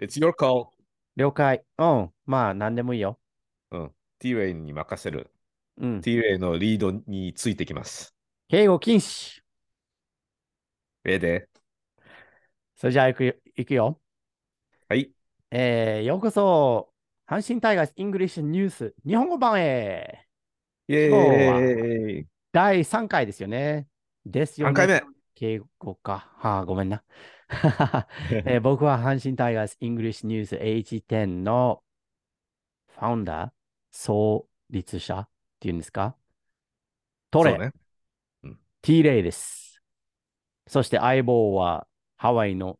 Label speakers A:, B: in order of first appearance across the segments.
A: It's your call.
B: 了解。うん。まあ、何でもいいよ。
A: T レイに任せる。
B: うん。
A: T レイのリードについてきます。
B: 敬語禁止。
A: ええで。
B: それじゃあ、行くよ。行くよ。
A: はい。
B: えー、ようこそ、阪神タイガースイングリッシュニュース日本語版へ。
A: イ ェーイ。
B: 第3回ですよね。ですよね。
A: 3回目。
B: 敬語か。はあ、ごめんな。 えー僕は阪神タイガースイングリッシュニュース H10 のファウンダー、創立者っていうんですかトレ、
A: そうね。
B: T レイです。そして相棒はハワイの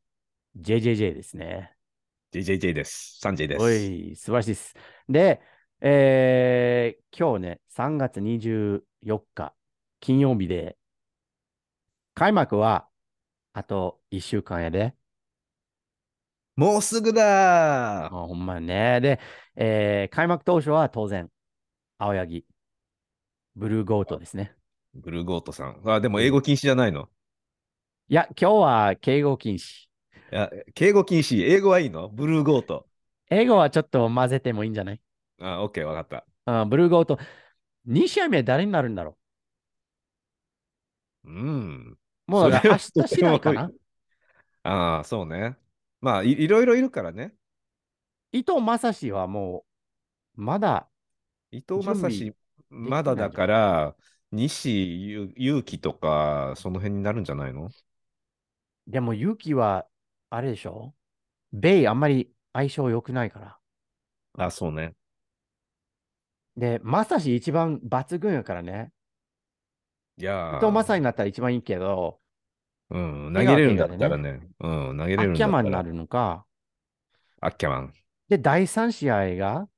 B: JJJ ですね。
A: JJJ です。サンジェイです。
B: おい、素晴らしいです。で、えー今日ね、3月24日、金曜日で、開幕はあと1週間やで。
A: もうすぐだー
B: あほんまやね。で、えー開幕当初は当然、青柳、ブルーゴートですね。
A: ブルーゴートさん。あ、でも英語禁止じゃないの。
B: いや、今日は敬語禁止。
A: いや敬語禁止。英語はいいのブルーゴート。
B: 英語はちょっと混ぜてもいいんじゃない
A: あ、OK、わかった。
B: あブルーゴート、2試合目誰になるんだろ
A: うん。
B: うもうだから
A: そ
B: 明
A: れは
B: 日次第かな
A: ああ、そうね。まあい、いろいろいるからね。
B: 伊藤正史はもう、まだ、
A: 伊藤正史、
B: ない
A: まだだから、西ゆ勇輝とか、その辺になるんじゃないの
B: でも勇気は、あれでしょベイあんまり相性良くないから。
A: あ、そうね。
B: で、正史一番抜群やからね。
A: いやー
B: 伊藤正史になったら一番いいけど、
A: うん、投
B: 江
A: げ
B: 川
A: れるんだ
B: 敬
A: っ
B: 吾で
A: たらね。うん、投げれ
B: ア
A: るんだ
B: ッ
A: っ
B: キ
A: た
B: ャ
A: ら。
B: マンになるのか。
A: アッキャマン。
B: で、第3試合が、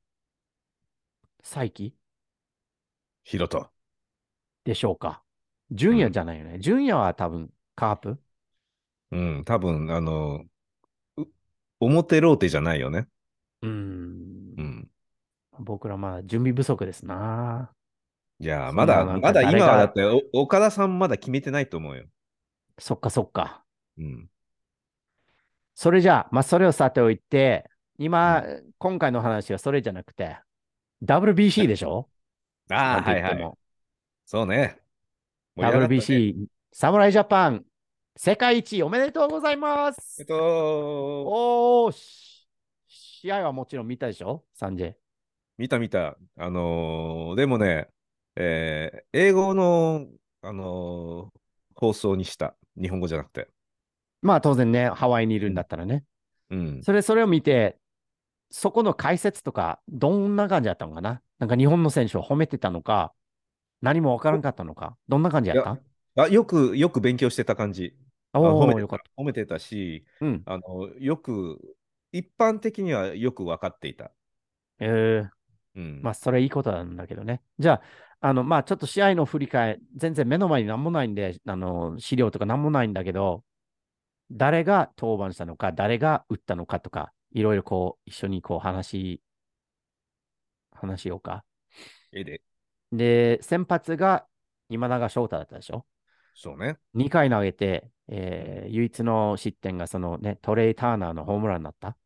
B: 再起
A: ヒロト。
B: でしょうか。純也じゃないよね。純也は多分、カープ
A: うん、多分、あの、う表ローテじゃないよね。
B: うーん
A: う。ん。
B: 僕らまだ準備不足ですな。
A: いやー、
B: そん
A: ま
B: な
A: だ、
B: なんか
A: まだ
B: 誰
A: 今
B: が
A: はだって、お岡田さんまだ決めてないと思うよ。
B: そっかそっか。
A: うん。
B: それじゃあ、まあ、それをさておいて、今、今回の話はそれじゃなくて、WBC でしょ
A: ああ、
B: なんて
A: は
B: 言
A: い
B: っ
A: は
B: て
A: い。
B: も
A: そうね。盛り上がったね。
B: WBC、侍ジャパン、世界一おめでとうございま
A: え
B: す
A: っ。と、
B: おーし、試合はもちろん見たでしょサンジェ。
A: 見た見た。あのーでもね、えー英語の、あのー放送にした。日本語じゃなくて。
B: まあ当然ね、ハワイにいるんだったらね。
A: うん。
B: それ、それを見て、そこの解説とか、どんな感じだったのかななんか日本の選手を褒めてたのか、何もわからんかったのか、どんな感じやった
A: あ、よく、よく勉強してた感じ。あ
B: お
A: 褒め
B: ー、
A: て
B: よ
A: た
B: かっ
A: 褒めてたし、
B: た。うん。
A: あの、よく、一般的にはよく分かっていた。
B: えー、
A: うん。
B: まあ、それいいことなんだけどね。じゃあ、あの、まあ、ちょっと試合の振り返り、全然目の前に何もないんで、あの、資料とか何もないんだけど、誰が登板したのか、誰が打ったのかとか、いろいろこう、一緒にこう、話し、話しようか。
A: えで、
B: で、先発が今永昇太だったでしょ
A: そうね。
B: ?2 回投げて、えー唯一の失点がそのね、トレイ・ターナーのホームランになった。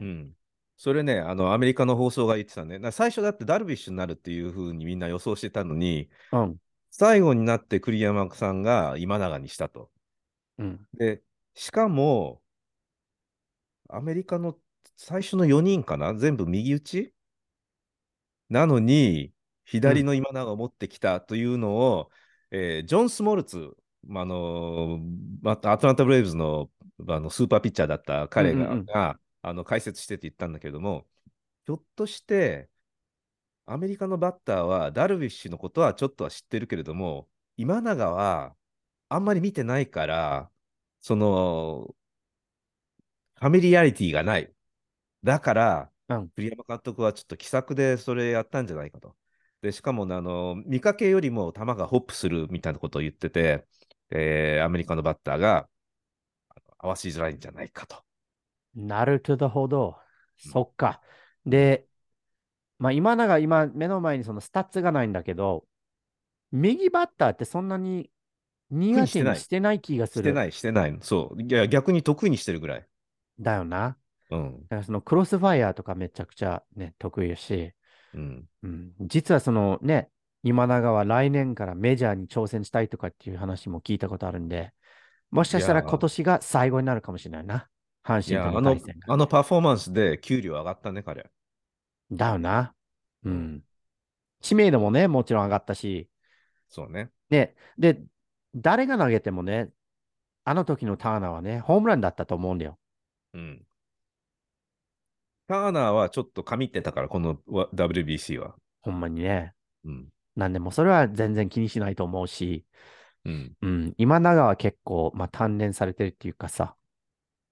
A: うん。それね、あの、アメリカの放送が言ってたね。な最初だってダルビッシュになるっていうふうにみんな予想してたのに、
B: うん。
A: 最後になって栗山さんが今永にしたと。
B: うん。
A: で、しかも、アメリカの最初の4人かな全部右打ちなのに、左の今永を持ってきたというのを、えージョン・スモルツ、まああのーまアトランタ・ブレイブズのあのスーパーピッチャーだった彼が,
B: うんうんうん
A: があの解説してって言ったんだけれども、ひょっとして、アメリカのバッターはダルビッシュのことはちょっとは知ってるけれども、今永はあんまり見てないから、その、ファミリアリティがない。だから、
B: うん
A: 栗山監督はちょっと奇策でそれやったんじゃないかと。で、しかもね、あの、見かけよりも球がホップするみたいなことを言ってて、えーアメリカのバッターがあの合わせづらいんじゃないかと。
B: なるほど。
A: うん
B: そっか。で、まあ、今永、今、目の前にそのスタッツがないんだけど、右バッターってそんなに苦手にしてない気がす
A: して
B: る。
A: ない、してない。そう。いや、逆に得意にしてるぐらい。
B: だよな。
A: うん。
B: だからそのクロスファイアーとかめちゃくちゃね、得意だし、
A: うん。
B: うん、実はそのね、今永は来年からメジャーに挑戦したいとかっていう話も聞いたことあるんで、もしかしたら
A: いやー
B: 今年が最後になるかもしれないな。阪
A: い
B: 神
A: や、
B: と
A: あ
B: の
A: の
B: 対戦、が。
A: あのパフォーマンスで給料上がったね、彼。
B: だよな。う。
A: うん
B: 知名度もね、もちろん上がったし、
A: そうね。
B: ね、で、誰が投げてもね、あの時のターナーはね、ホームランだったと思うんだよ。
A: うん。ターナーはちょっと神ってたから、このわ WBC は。
B: ほんまにね。
A: うん。
B: なんでもうそれは全然気にしないと思うし、
A: うん。
B: うん、今永は結構、まあ、鍛錬されてるっていうかさ、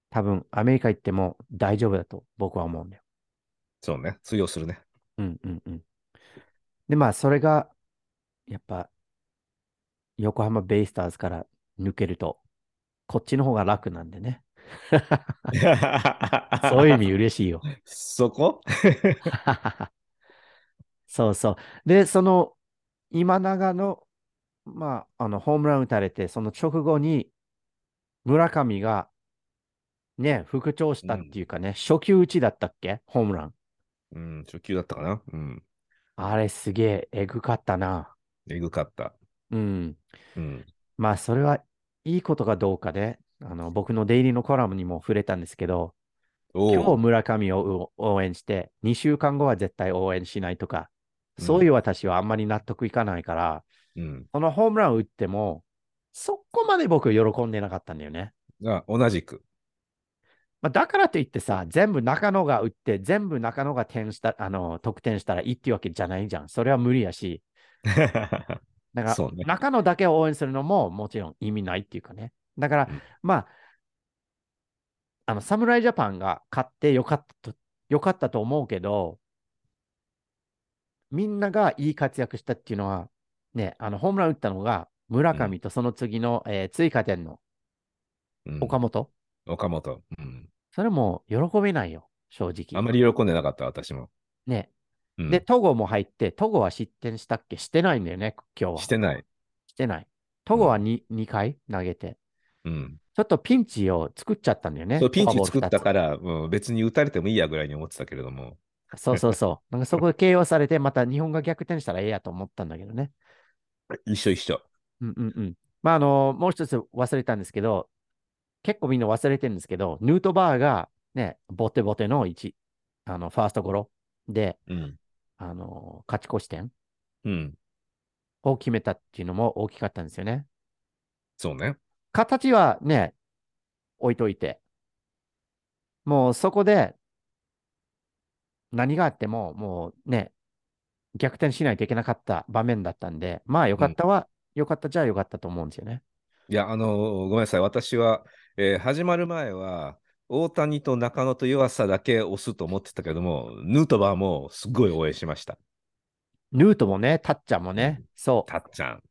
B: 多分アメリカ行っても大丈夫だと僕は思うんだよ。
A: そうね。通用するね。
B: うんうんうん。で、まあ、それが、やっぱ、横浜ベイスターズから抜けると、こっちの方が楽なんでね。 そういう意味嬉しいよ。
A: そこ
B: そうそう。で、その、今永の、まあ、あの、ホームラン打たれて、その直後に、村上が、ね、復調したっていうかね、初球打ちだったっけホームラン。
A: うん、初級だったかな。うん。
B: あれすげえ、えぐかったな。
A: えぐかった。
B: うん。
A: うん。
B: まあ、それはいいことかどうかで、あの、僕のデイリーのコラムにも触れたんですけど、
A: お
B: 今日
A: う
B: 村上をう応援して、2週間後は絶対応援しないとか、そういう私はあんまり納得いかないから、
A: うん。
B: そのホームランを打っても、そこまで僕喜んでなかったんだよね。
A: あ、同じ く。
B: まあ、だからといってさ、全部中野が打って、全部中野が点したあの得点したらいいっていうわけじゃないじゃん。それは無理やし。だか ら、
A: そうね
B: 中野だけを応援するのももちろん意味ないっていうかね。だから、
A: うん
B: まあ、あの、侍ジャパンが勝ってよかったと、よかったと思うけど、みんながいい活躍したっていうのは、ね、あの、ホームラン打ったのが、村上とその次の、えー追加点の
A: うん
B: 岡本、
A: 岡本。うん。
B: それも喜べないよ、正直。
A: あまり喜んでなかった、私も。
B: ね。
A: うん
B: で、戸郷も入って、戸郷は失点したっけしてないんだよね、今日は。
A: してない。
B: してない。戸郷は 2,、二回投げて。
A: うん。
B: ちょっとピンチを作っちゃったんだよね。
A: そう、ピンチ
B: フォアボール。
A: 作ったからら、うん、別に打たれてもいいやぐらいに思ってたけれども。
B: そうそ うそう。なんかそこで KO されて、また日本が逆転したらええやと思ったんだけどね。
A: 一緒一緒。
B: うんうんうん。まあ、あの、もう一つ忘れたんですけど、結構みんな忘れてるんですけど、ヌートバーがね、ボテボテの1、あの、ファーストゴロで、
A: うん。
B: あの、勝ち越し点
A: うん。
B: を決めたっていうのも大きかったんですよね。
A: そうね。
B: 形はね、置いといて、もうそこで何があっても、もうね、逆転しないといけなかった場面だったんで、まあよかったは、よかったじゃよかったと思うんですよね。
A: いや、あのごめんなさい。私は、えー始まる前は、大谷と中野と湯浅だけ押すと思ってたけども、ヌートバーもすっごい応援しました。
B: ヌートもね、タッちゃんもね、
A: う
B: そう。
A: たっちゃん。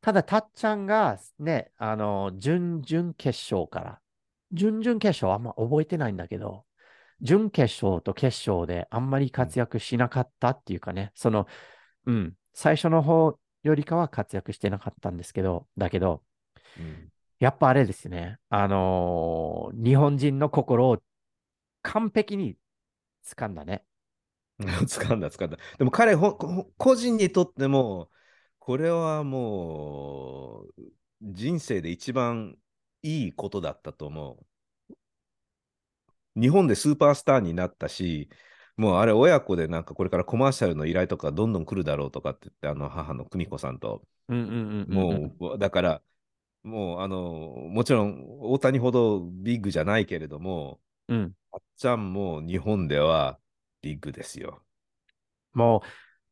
B: ただ、タッちゃんがね、あの、準々決勝から、準々決勝はあんま覚えてないんだけど、準決勝と決勝であんまり活躍しなかったっていうかね、その、うん、最初の方よりかは活躍してなかったんですけど、だけど、
A: うん
B: やっぱあれですね、あのー日本人の心を完璧に掴んだね。
A: 掴んだ、掴んだ。でも彼ほん、ほ個人にとっても、これはもう、人生で一番いいことだったと思う。日本でスーパースターになったし、もうあれ、親子でなんかこれからコマーシャルの依頼とかどんどん来るだろうとかって言って、あの母の久美子さんと、
B: うんうんうんうんうん
A: もう、だから、もう、あの、もちろん大谷ほどビッグじゃないけれども、
B: うん、
A: あっちゃんも日本ではビッグですよ。
B: も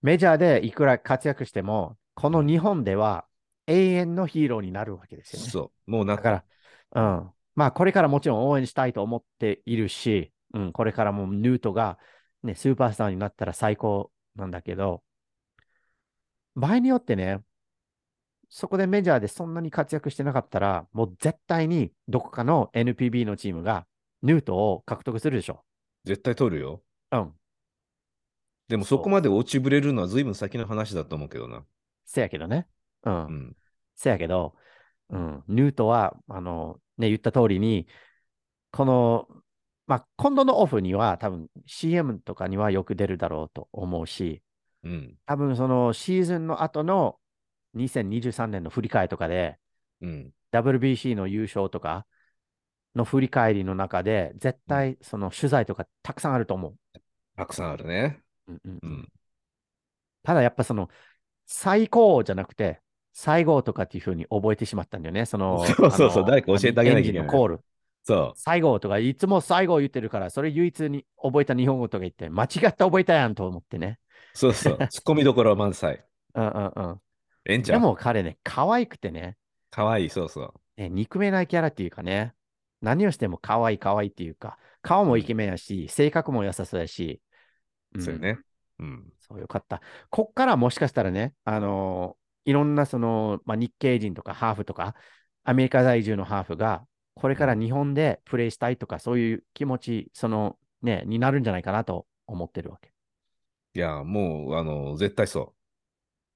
B: うメジャーでいくら活躍しても、この日本では永遠のヒーローになるわけですよね。
A: そう、もうな
B: だ
A: ん
B: か、
A: から
B: うん。まあ、これからもちろん応援したいと思っているし、うん、これからもヌートが、ね、スーパースターになったら最高なんだけど、場合によってね、そこでメジャーでそんなに活躍してなかったら、もう絶対にどこかの NPB のチームがヌートを獲得するでしょ。
A: 絶対取るよ。
B: うん。
A: でも
B: そう
A: そこまで落ちぶれるのは随分先の話だと思うけどな。
B: せやけどね。うん
A: うん。
B: せやけど、うん、ヌートは、あの、ね、言った通りに、この、まあ、今度のオフには多分 CM とかにはよく出るだろうと思うし、
A: うん。
B: 多分そのシーズンの後の2023年の振り返りとかで、
A: うん。
B: WBC の優勝とかの振り返りの中で、絶対その取材とかたくさんあると思
A: たくさんあるね。
B: う。うんうん
A: う
B: うん
A: ん。
B: ただやっぱその最高じゃなくて、最後とかっていうふうに覚えてしまったんだよね。その、
A: そうそうそう
B: あの
A: 誰か教えてあげなきゃいけない
B: エンジンのコール。
A: そ
B: 最後とか、いつも最後言ってるから、それ唯一に覚えた日本語とか言って、間違った覚えたやんと思ってね。
A: う。そう そう。ツッコミどころ満載。
B: うんうんうん。
A: ええんちゃ
B: で
A: う
B: も彼ね、可愛くてね
A: かわいい。そうそう。
B: ね憎めないキャラっていうかね、何をしても可愛い可愛いっていうか、顔もイケメンやし、性格も優しそうやし、うん
A: そうよね。うん。
B: そうよかった。こっからもしかしたらね、あのーいろんなその、まあ、日系人とかハーフとか、アメリカ在住のハーフが、これから日本でプレイしたいとか、そういう気持ち、そのね、になるんじゃないかなと思ってるわけ。
A: いや、もう、あの、絶対そ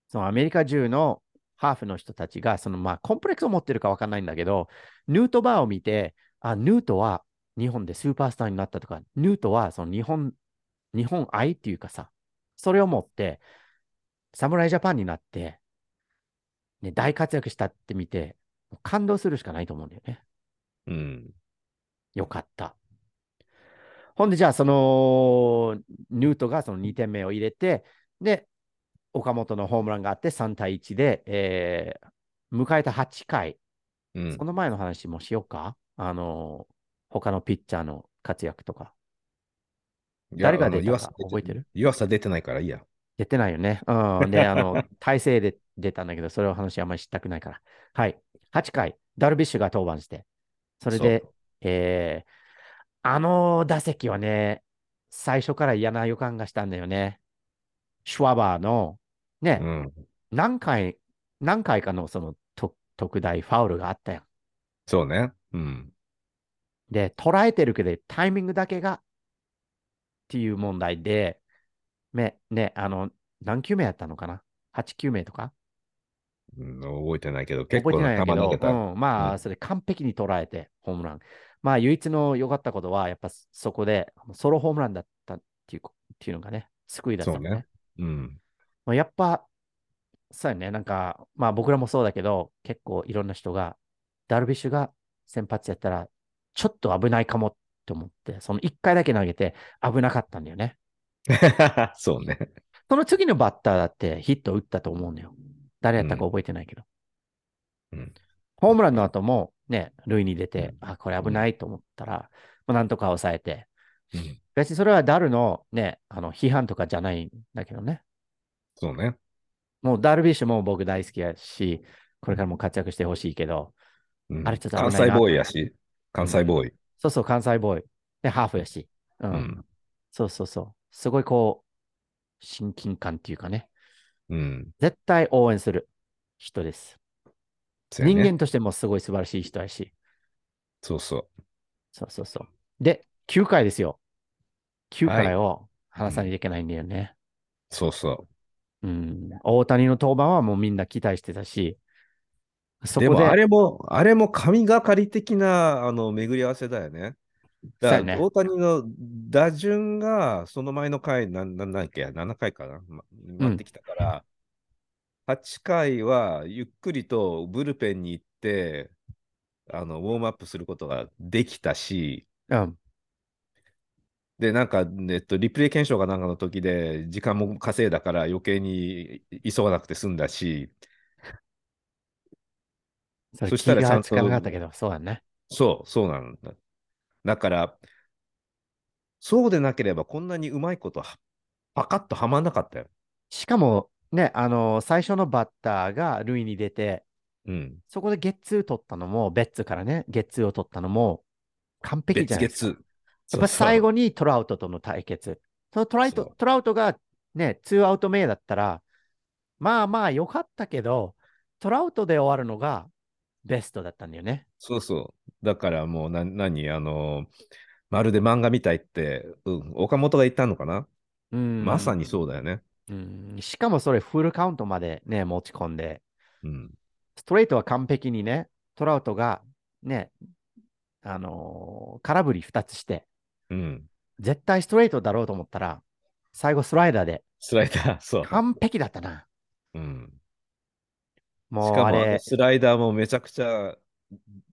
B: そのアメリカ中のハーフの人たちが、そのまあコンプレックスを持ってるかわかんないんだけど、ヌートバーを見て、あ、ヌートは日本でスーパースターになったとか、ヌートはその日本、日本愛っていうかさ、それを持って、侍ジャパンになって、ね、大活躍したって見て、もう感動するしかないと思うんだよね。
A: う。うん。
B: よかった。ほんで、じゃあ、その、ヌートがその2点目を入れて、で、岡本のホームランがあって3対1で、えー迎えた8回、
A: うん
B: そ。の前の話もしようか。あの他のピッチャーの活躍とか。
A: いや
B: 誰が
A: あの
B: 出たか
A: 岩佐
B: 覚えてる
A: 岩佐出てないからいいや。
B: 出てないよね。うん。で、あの、体勢で出たんだけど、それを話あんまりしたくないから。はい。8回、ダルビッシュが登板して、それで
A: そ、
B: えーあの打席はね、最初から嫌な予感がしたんだよね。シュワバーの、ね、
A: うん。
B: 何回、何回かのその特特大ファウルがあったやん。
A: そうね。うん。
B: で、捉えてるけど、タイミングだけがっていう問題で、ね、ね、あの、何球目やったのかな ?8 球目とか
A: うん覚えてないけど、結
B: 覚
A: 構
B: えてないん
A: な球
B: やけ
A: 投
B: ど
A: げ、た。
B: うん、ま
A: うん
B: あ、それ完璧に捉えて、ホームラン。まあ、唯一の良かったことは、やっぱそこで、ソロホームランだったっていうこっていうのがね、救いだったの
A: そう
B: ね。
A: ねうん。
B: まあ、やっぱ、そうやね、なんか、まあ僕らもそうだけど、結構いろんな人が、ダルビッシュが先発やったら、ちょっと危ないかもって思って、その1回だけ投げて危なかったんだよね。
A: そうね。
B: その次のバッターだってヒット打ったと思うのよ。誰やったか覚えてないけど。
A: うん
B: ホームランの後もね、塁に出て、あ、これ危ないと思ったら、まあ、なんとか抑えて。
A: うん
B: 別にそれはダルのね、あの批判とかじゃないんだけどね。
A: そうね。
B: もうダルビッシュも僕大好きやし、これからも活躍してほしいけど、
A: うん
B: あれちょっと危ない
A: 関
B: な
A: 西ボーイやし、関西ボーイ。
B: そうそう、関西ボーイ。で、ハーフやし。うん。
A: うん。
B: そうそうそう。すごいこう、親近感っていうかね、
A: うん。
B: 絶対応援する人です。
A: そうや
B: 人
A: ね
B: 間としてもすごい素晴らしい人やし。
A: そうそ
B: そうそうそう。で、9回ですよ。9回を話さないといけないんだよね。
A: う。そうそ。
B: うん。大谷の登板はもうみんな期待してたし、そうこ
A: で
B: で、
A: も、あれも、あれも神がかり的な、あの、巡り合わせだよね。だか
B: そうや
A: ら
B: ね
A: 大谷の打順が、その前の回、なんなんなんだっけ、7回かな、ま、待ってきたから、8回はゆっくりとブルペンに行って、あのウォームアップすることができたし、
B: うん、
A: で、なんか、えっと、リプレイ検証がなんかの時で、時間も稼いだから、余計に急がなくて済んだし、
B: それ
A: そしたらち
B: 気
A: ゃ
B: が
A: んと
B: つかなかったけど、そうだね。
A: そう、そうなんだ。だから、そうでなければ、こんなにうまいことは、パカッとはまんなかったよ。
B: しかも、ね、あの最初のバッターが塁に出て、
A: うん。
B: そこでゲッツー取ったのも、ベッツーからね、ゲッツーを取ったのも、完璧じゃないですか。
A: 月
B: やっぱ最
A: 後
B: 後にトラウトとの対決。そのトライ
A: そ
B: ト
A: う
B: トラウトがね、ツーアウト目だったら、まあまあ良かったけど、トラウトで終わるのがベストだったんだよね。
A: そうそう。だからもうな、何、あの、まるで漫画みたいって、うん、岡本が言ったのかな、
B: うん
A: まさにそうだよね。
B: うんしかもそれフルカウントまでね、持ち込んで、
A: うん。
B: ストレートは完璧にね、トラウトがね、あのー空振り2つして、
A: うん。
B: 絶対ストレートだろうと思ったら、最後スライダーで
A: スライダー、そう。
B: 完璧だったな。
A: うん、し
B: もう
A: か
B: あ
A: もあ
B: れ
A: の、スライダーもめちゃくちゃ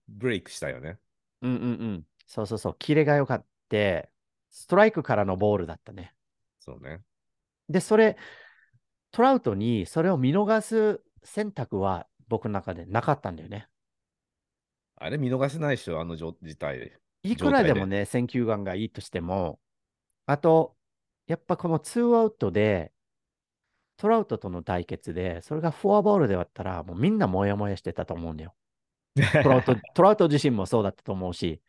A: ブレイクしたよね。
B: うんうんうん。そうそうそう、キレが良かって、ストライクからのボールだったね。
A: そうね。
B: で、それ、トラウトにそれを見逃す選択は僕の中でなかったんだよね。
A: あれ見逃せないでしょ、あの状事態。
B: いくらでもね、選球眼がいいとしても、あと、やっぱこのツーアウトで、トラウトとの対決で、それがフォアボールであったら、もうみんなモヤモヤしてたと思うんだよ。トラウ トトラウト自身もそうだったと思うし、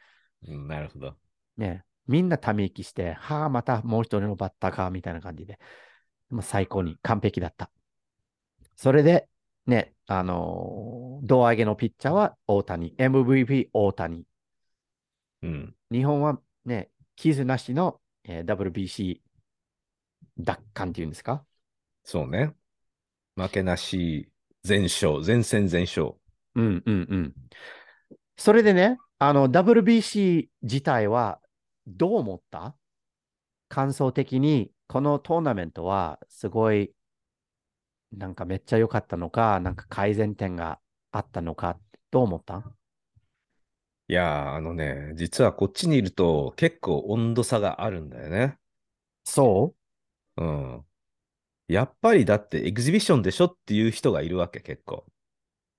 A: うん、なるほど。
B: ね、みんなため息して、はあ、またもう一人のバッターか、みたいな感じで、もう最高に完璧だった。それで、ね、あのー胴上げのピッチャーは大谷、MVP 大谷、
A: うん。
B: 日本はね、傷なしの、えー WBC 奪還っていうんですか
A: そうね。負けなし、全勝、全戦全勝。
B: うんうんうん。それでね、あの、WBC 自体はどう思った感想的に、このトーナメントはすごい、なんかめっちゃ良かったのか、なんか改善点があったのか、どう思った
A: いやー、あのね、実はこっちにいると結構温度差があるんだよね。
B: そ
A: うん。やっぱりだってエキシビションでしょっていう人がいるわけ、結構。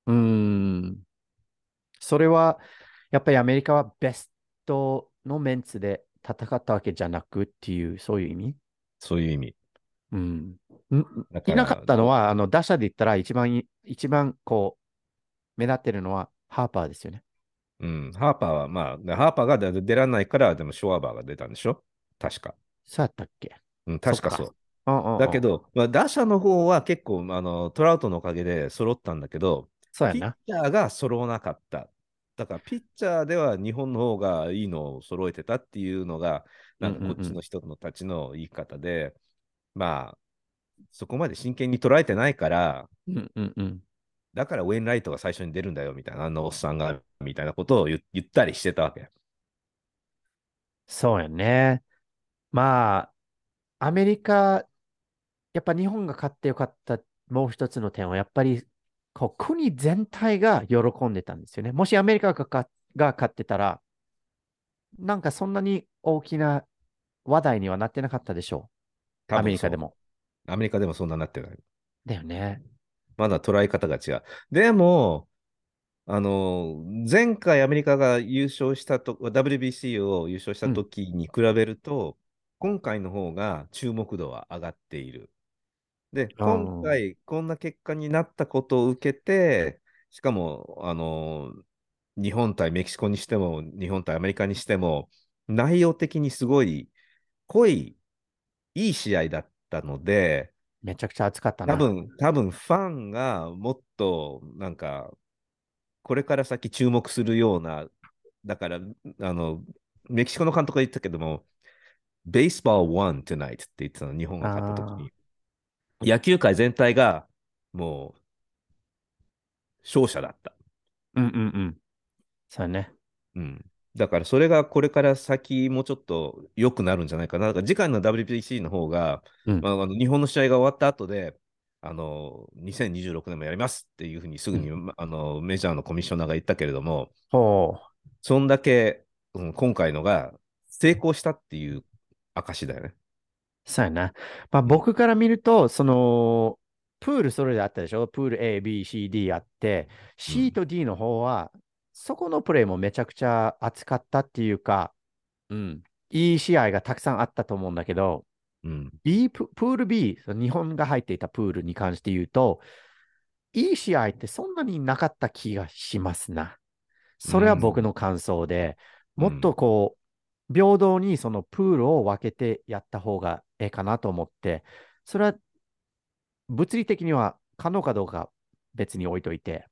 B: ううーん。それは、やっぱりアメリカはベストのメンツで戦ったわけじゃなくっていう、そういう意味
A: そういう意味。
B: うん。ん
A: だか
B: い
A: ら
B: なかったのは、あの打者で言ったら一番い、一番こう、目立ってるのはハーパーですよね。
A: うん、ハーパーは、まあ、ハーパーが出出らないから、でもショワバーが出たんでしょ確か。
B: そうやったっけ
A: うん、確かそう。
B: そっうんうんうん
A: だけ、ど、まあ、打者の方は結構あの、トラウトのおかげで揃ったんだけど、
B: そうや
A: ピッ
B: な。
A: チャーが揃わなかった。だから、ピッチャーでは日本の方がいいのを揃えてたっていうのが、なんかこっちの人のたちの言い方で、まあ、そこまで真剣に捉えてないから、
B: うんうんうん。
A: だからウェインライトが最初に出るんだよみたいな、あのおっさんがみたいなことを言言ったりしてたわけ。
B: そうやね。まあ、アメリカ、やっぱ日本が勝ってよかった、もう一つの点は、やっぱりこう国全体が喜んでたんですよね。もしアメリカが勝が勝ってたら、なんかそんなに大きな話題にはなってなかったでしょう。
A: 多分
B: アメリカでも。
A: そう。アメリカでもそんなになってない。
B: だよね。
A: まだ捉え方が違う。でも、あの、前回アメリカが優勝したと、WBC を優勝した時に比べると、今回の方が注目度は上がっている。で、
B: あー
A: 今回こんな結果になったことを受けて、しかも、あの、日本対メキシコにしても、日本対アメリカにしても、内容的にすごい濃い、いい試合だったので、
B: めちゃくちゃ暑かったな。
A: 多分、多分ファンがもっとなんか、これから先注目するような、だから、あの、メキシコの監督が言ってたけども、ベースボール won tonight って言ってたの、日本が勝った時に。野球界全体がもう、勝者だった。
B: うんうんうん。そうね。
A: うん。だからそれがこれから先もうちょっと良くなるんじゃないかな。だから次回の WBC の方が、
B: うん
A: まあ、あの日本の試合が終わった後で、あの2026年もやりますっていうふうにすぐに、
B: う
A: まあのメジャーのコミッショナーが言ったけれども、
B: ほう。
A: そんだけ、うん今回のが成功したっていう証だよね。
B: そうやな。まあ僕から見ると、その、プールそれであったでしょプール A、B、C、D あって、
A: う
B: C
A: ん
B: と D の方は、そこのプレーもめちゃくちゃ熱かったっていうか、うん、いい試合がたくさんあったと思うんだけど、
A: うん、
B: B プ、プール B、その日本が入っていたプールに関して言うと、いい試合ってそんなになかった気がしますな。それは僕の感想で、
A: うん
B: もっとこう、平等にそのプールを分けてやった方がええかなと思って、それは物理的には可能かどうか別に置いといて、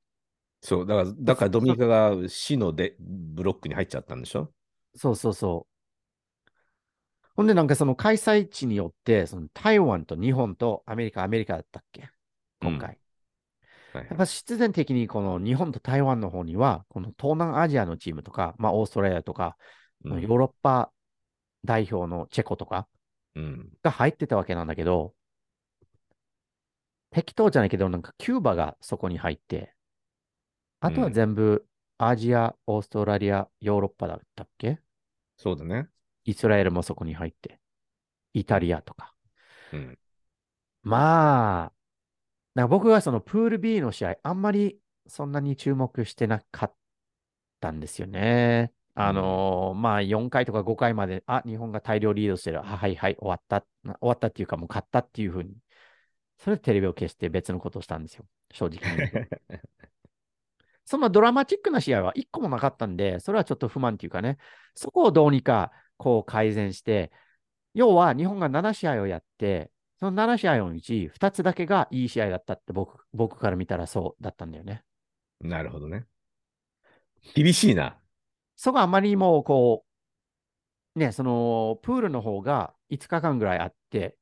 A: そうだから、だからドミニカが死のでブロックに入っちゃったんでしょ
B: そうそうそう。ほんで、なんかその開催地によって、その台湾と日本とアメリカ、アメリカだったっけ今回。
A: はい
B: やっぱ必然的にこの日本と台湾の方には、この東南アジアのチームとか、まあ、オーストラリアとか、
A: うん
B: ヨーロッパ代表のチェコとか
A: うん。
B: が入ってたわけなんだけど、適当じゃないけど、なんかキューバがそこに入って、あとは
A: うん
B: 全部アジア、オーストラリア、ヨーロッパだったっけ
A: そうだね。
B: イスラエルもそこに入って、イタリアとか。
A: うん。
B: まあ、なんか僕はそのプール B の試合、あんまりそんなに注目してなかったんですよね。あのーまあ4回とか5回まで、あ、日本が大量リードしてる。あはいはい、終わった。な終わったっていうか、もう勝ったっていうふうに。それでテレビを消して別のことをしたんですよ。正直に言うと。そのドラマチックな試合は1個もなかったんで、それはちょっと不満っていうかね、そこをどうにかこう改善して、要は日本が7試合をやって、その7試合のうち2つだけがいい試合だったって僕僕から見たらそうだったんだよね。
A: なるほどね。厳しいな。
B: そこはあまりにもこう、ね、そのプールの方が5日間ぐらいあって、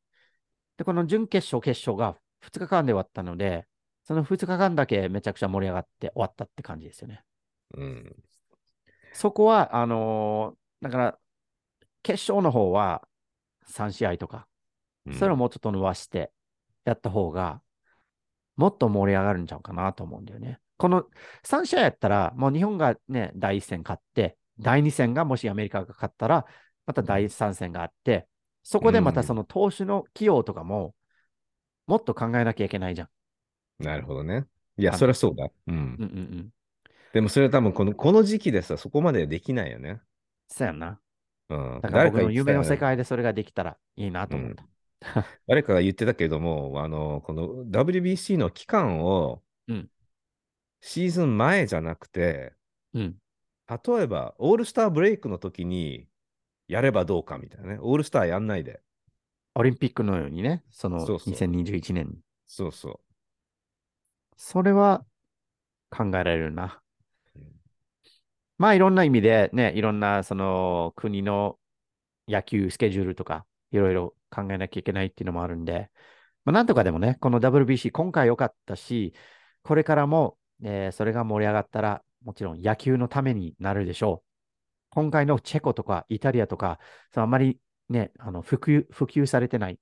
B: で、この準決勝、決勝が2日間で終わったので、その2日間だけめちゃくちゃ盛り上がって終わったって感じですよね。
A: うん。
B: そこは、あのーだから、決勝の方は3試合とか、
A: うん
B: それをもうちょっと伸ばしてやった方が、もっと盛り上がるんちゃうかなと思うんだよね。この3試合やったら、もう日本がね、第1戦勝って、第2戦がもしアメリカが勝ったら、また第3戦があって、そこでまたその投手の起用とかも、もっと考えなきゃいけないじゃん。
A: なるほどね。い
B: あ
A: や、
B: の
A: そりゃそうだ。うん
B: うんうんうん。
A: でもそれは多分この、この時期でさ、そこまでできないよね。
B: そうやんな。
A: うん。
B: だから僕の
A: 言って
B: 夢
A: た
B: の
A: よ
B: 世界でそれができたらいいなと思った。
A: 誰かが言ってたけども、あの、この WBC の期間を
B: うん、
A: シーズン前じゃなくて、
B: うん。
A: 例えば、オールスターブレイクの時にやればどうかみたいなね。オールスターやんないで。
B: オリンピックのようにね、その
A: そうそう
B: 2021年に。
A: そうそ
B: それは考えられるな
A: うん。
B: まあいろんな意味でね、いろんなその国の野球スケジュールとかいろいろ考えなきゃいけないっていうのもあるんで、まあなんとかでもね、この WBC 今回良かったし、これからも、えーそれが盛り上がったらもちろん野球のためになるでしょう。今回のチェコとかイタリアとか、そのあまりね、あの普及普及されてない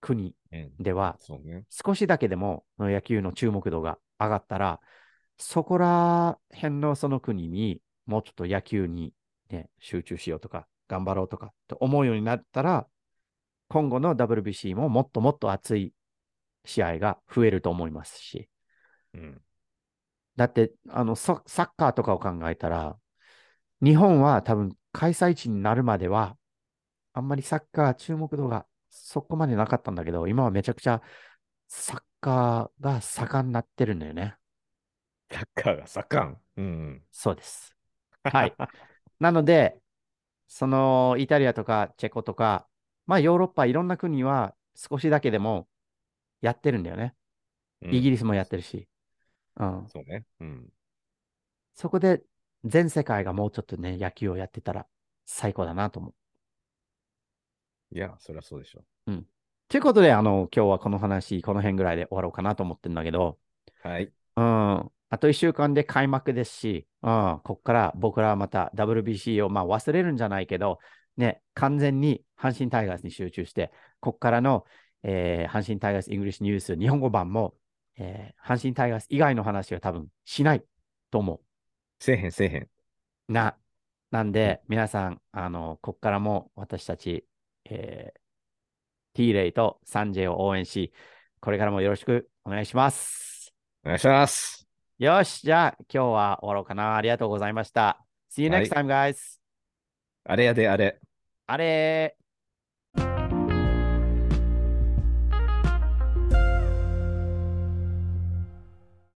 B: 国
A: う。うん、
B: では、
A: そうね。
B: 少しだけでもその野球の注目度が上がったら、そこら辺のその国にもうちょっと野球に、ね、集中しようとか、頑張ろうとかと思うようになったら、今後の WBC ももっともっと熱い試合が増えると思いますし、
A: うん。
B: だってあのササッカーとかを考えたら、日本は多分開催地になるまでは、あんまりサッカー注目度がそこまでなかったんだけど、今はめちゃくちゃサッカーが盛んになってるんだよね。
A: サッカーが盛ん。うん。
B: そうです。 はい。なので、そのイタリアとかチェコとか、まあヨーロッパいろんな国は少しだけでもやってるんだよね。イギ
A: リ
B: リスもやってるし。うん
A: ス。。そうね。うん。
B: そこで全世界がもうちょっとね、野球をやってたら最高だなと思う。
A: いや、そりゃそうでしょ。
B: ということで、あの、今日はこの話、この辺ぐらいで終わろうかなと思ってるんだけど、
A: はい。
B: うん、あと1週間で開幕ですし、うん、こっから僕らはまた WBC を、まあ、忘れるんじゃないけど、ね、完全に阪神タイガースに集中して、こっからの、えー阪神タイガースイングリッシュニュース日本語版も、えー阪神タイガース以外の話は多分しないと思う。
A: せえへんせえへん。
B: な、なんで、皆さん、あの、こっからも私たち、えー、T レイとサンジェイを応援し、これからもよろしくお願いします。
A: お願いします。
B: よし、じゃあ、今日は終わろうかな。ありがとうございました。See you
A: はい
B: next time, guys.
A: あれやであれ。
B: あれー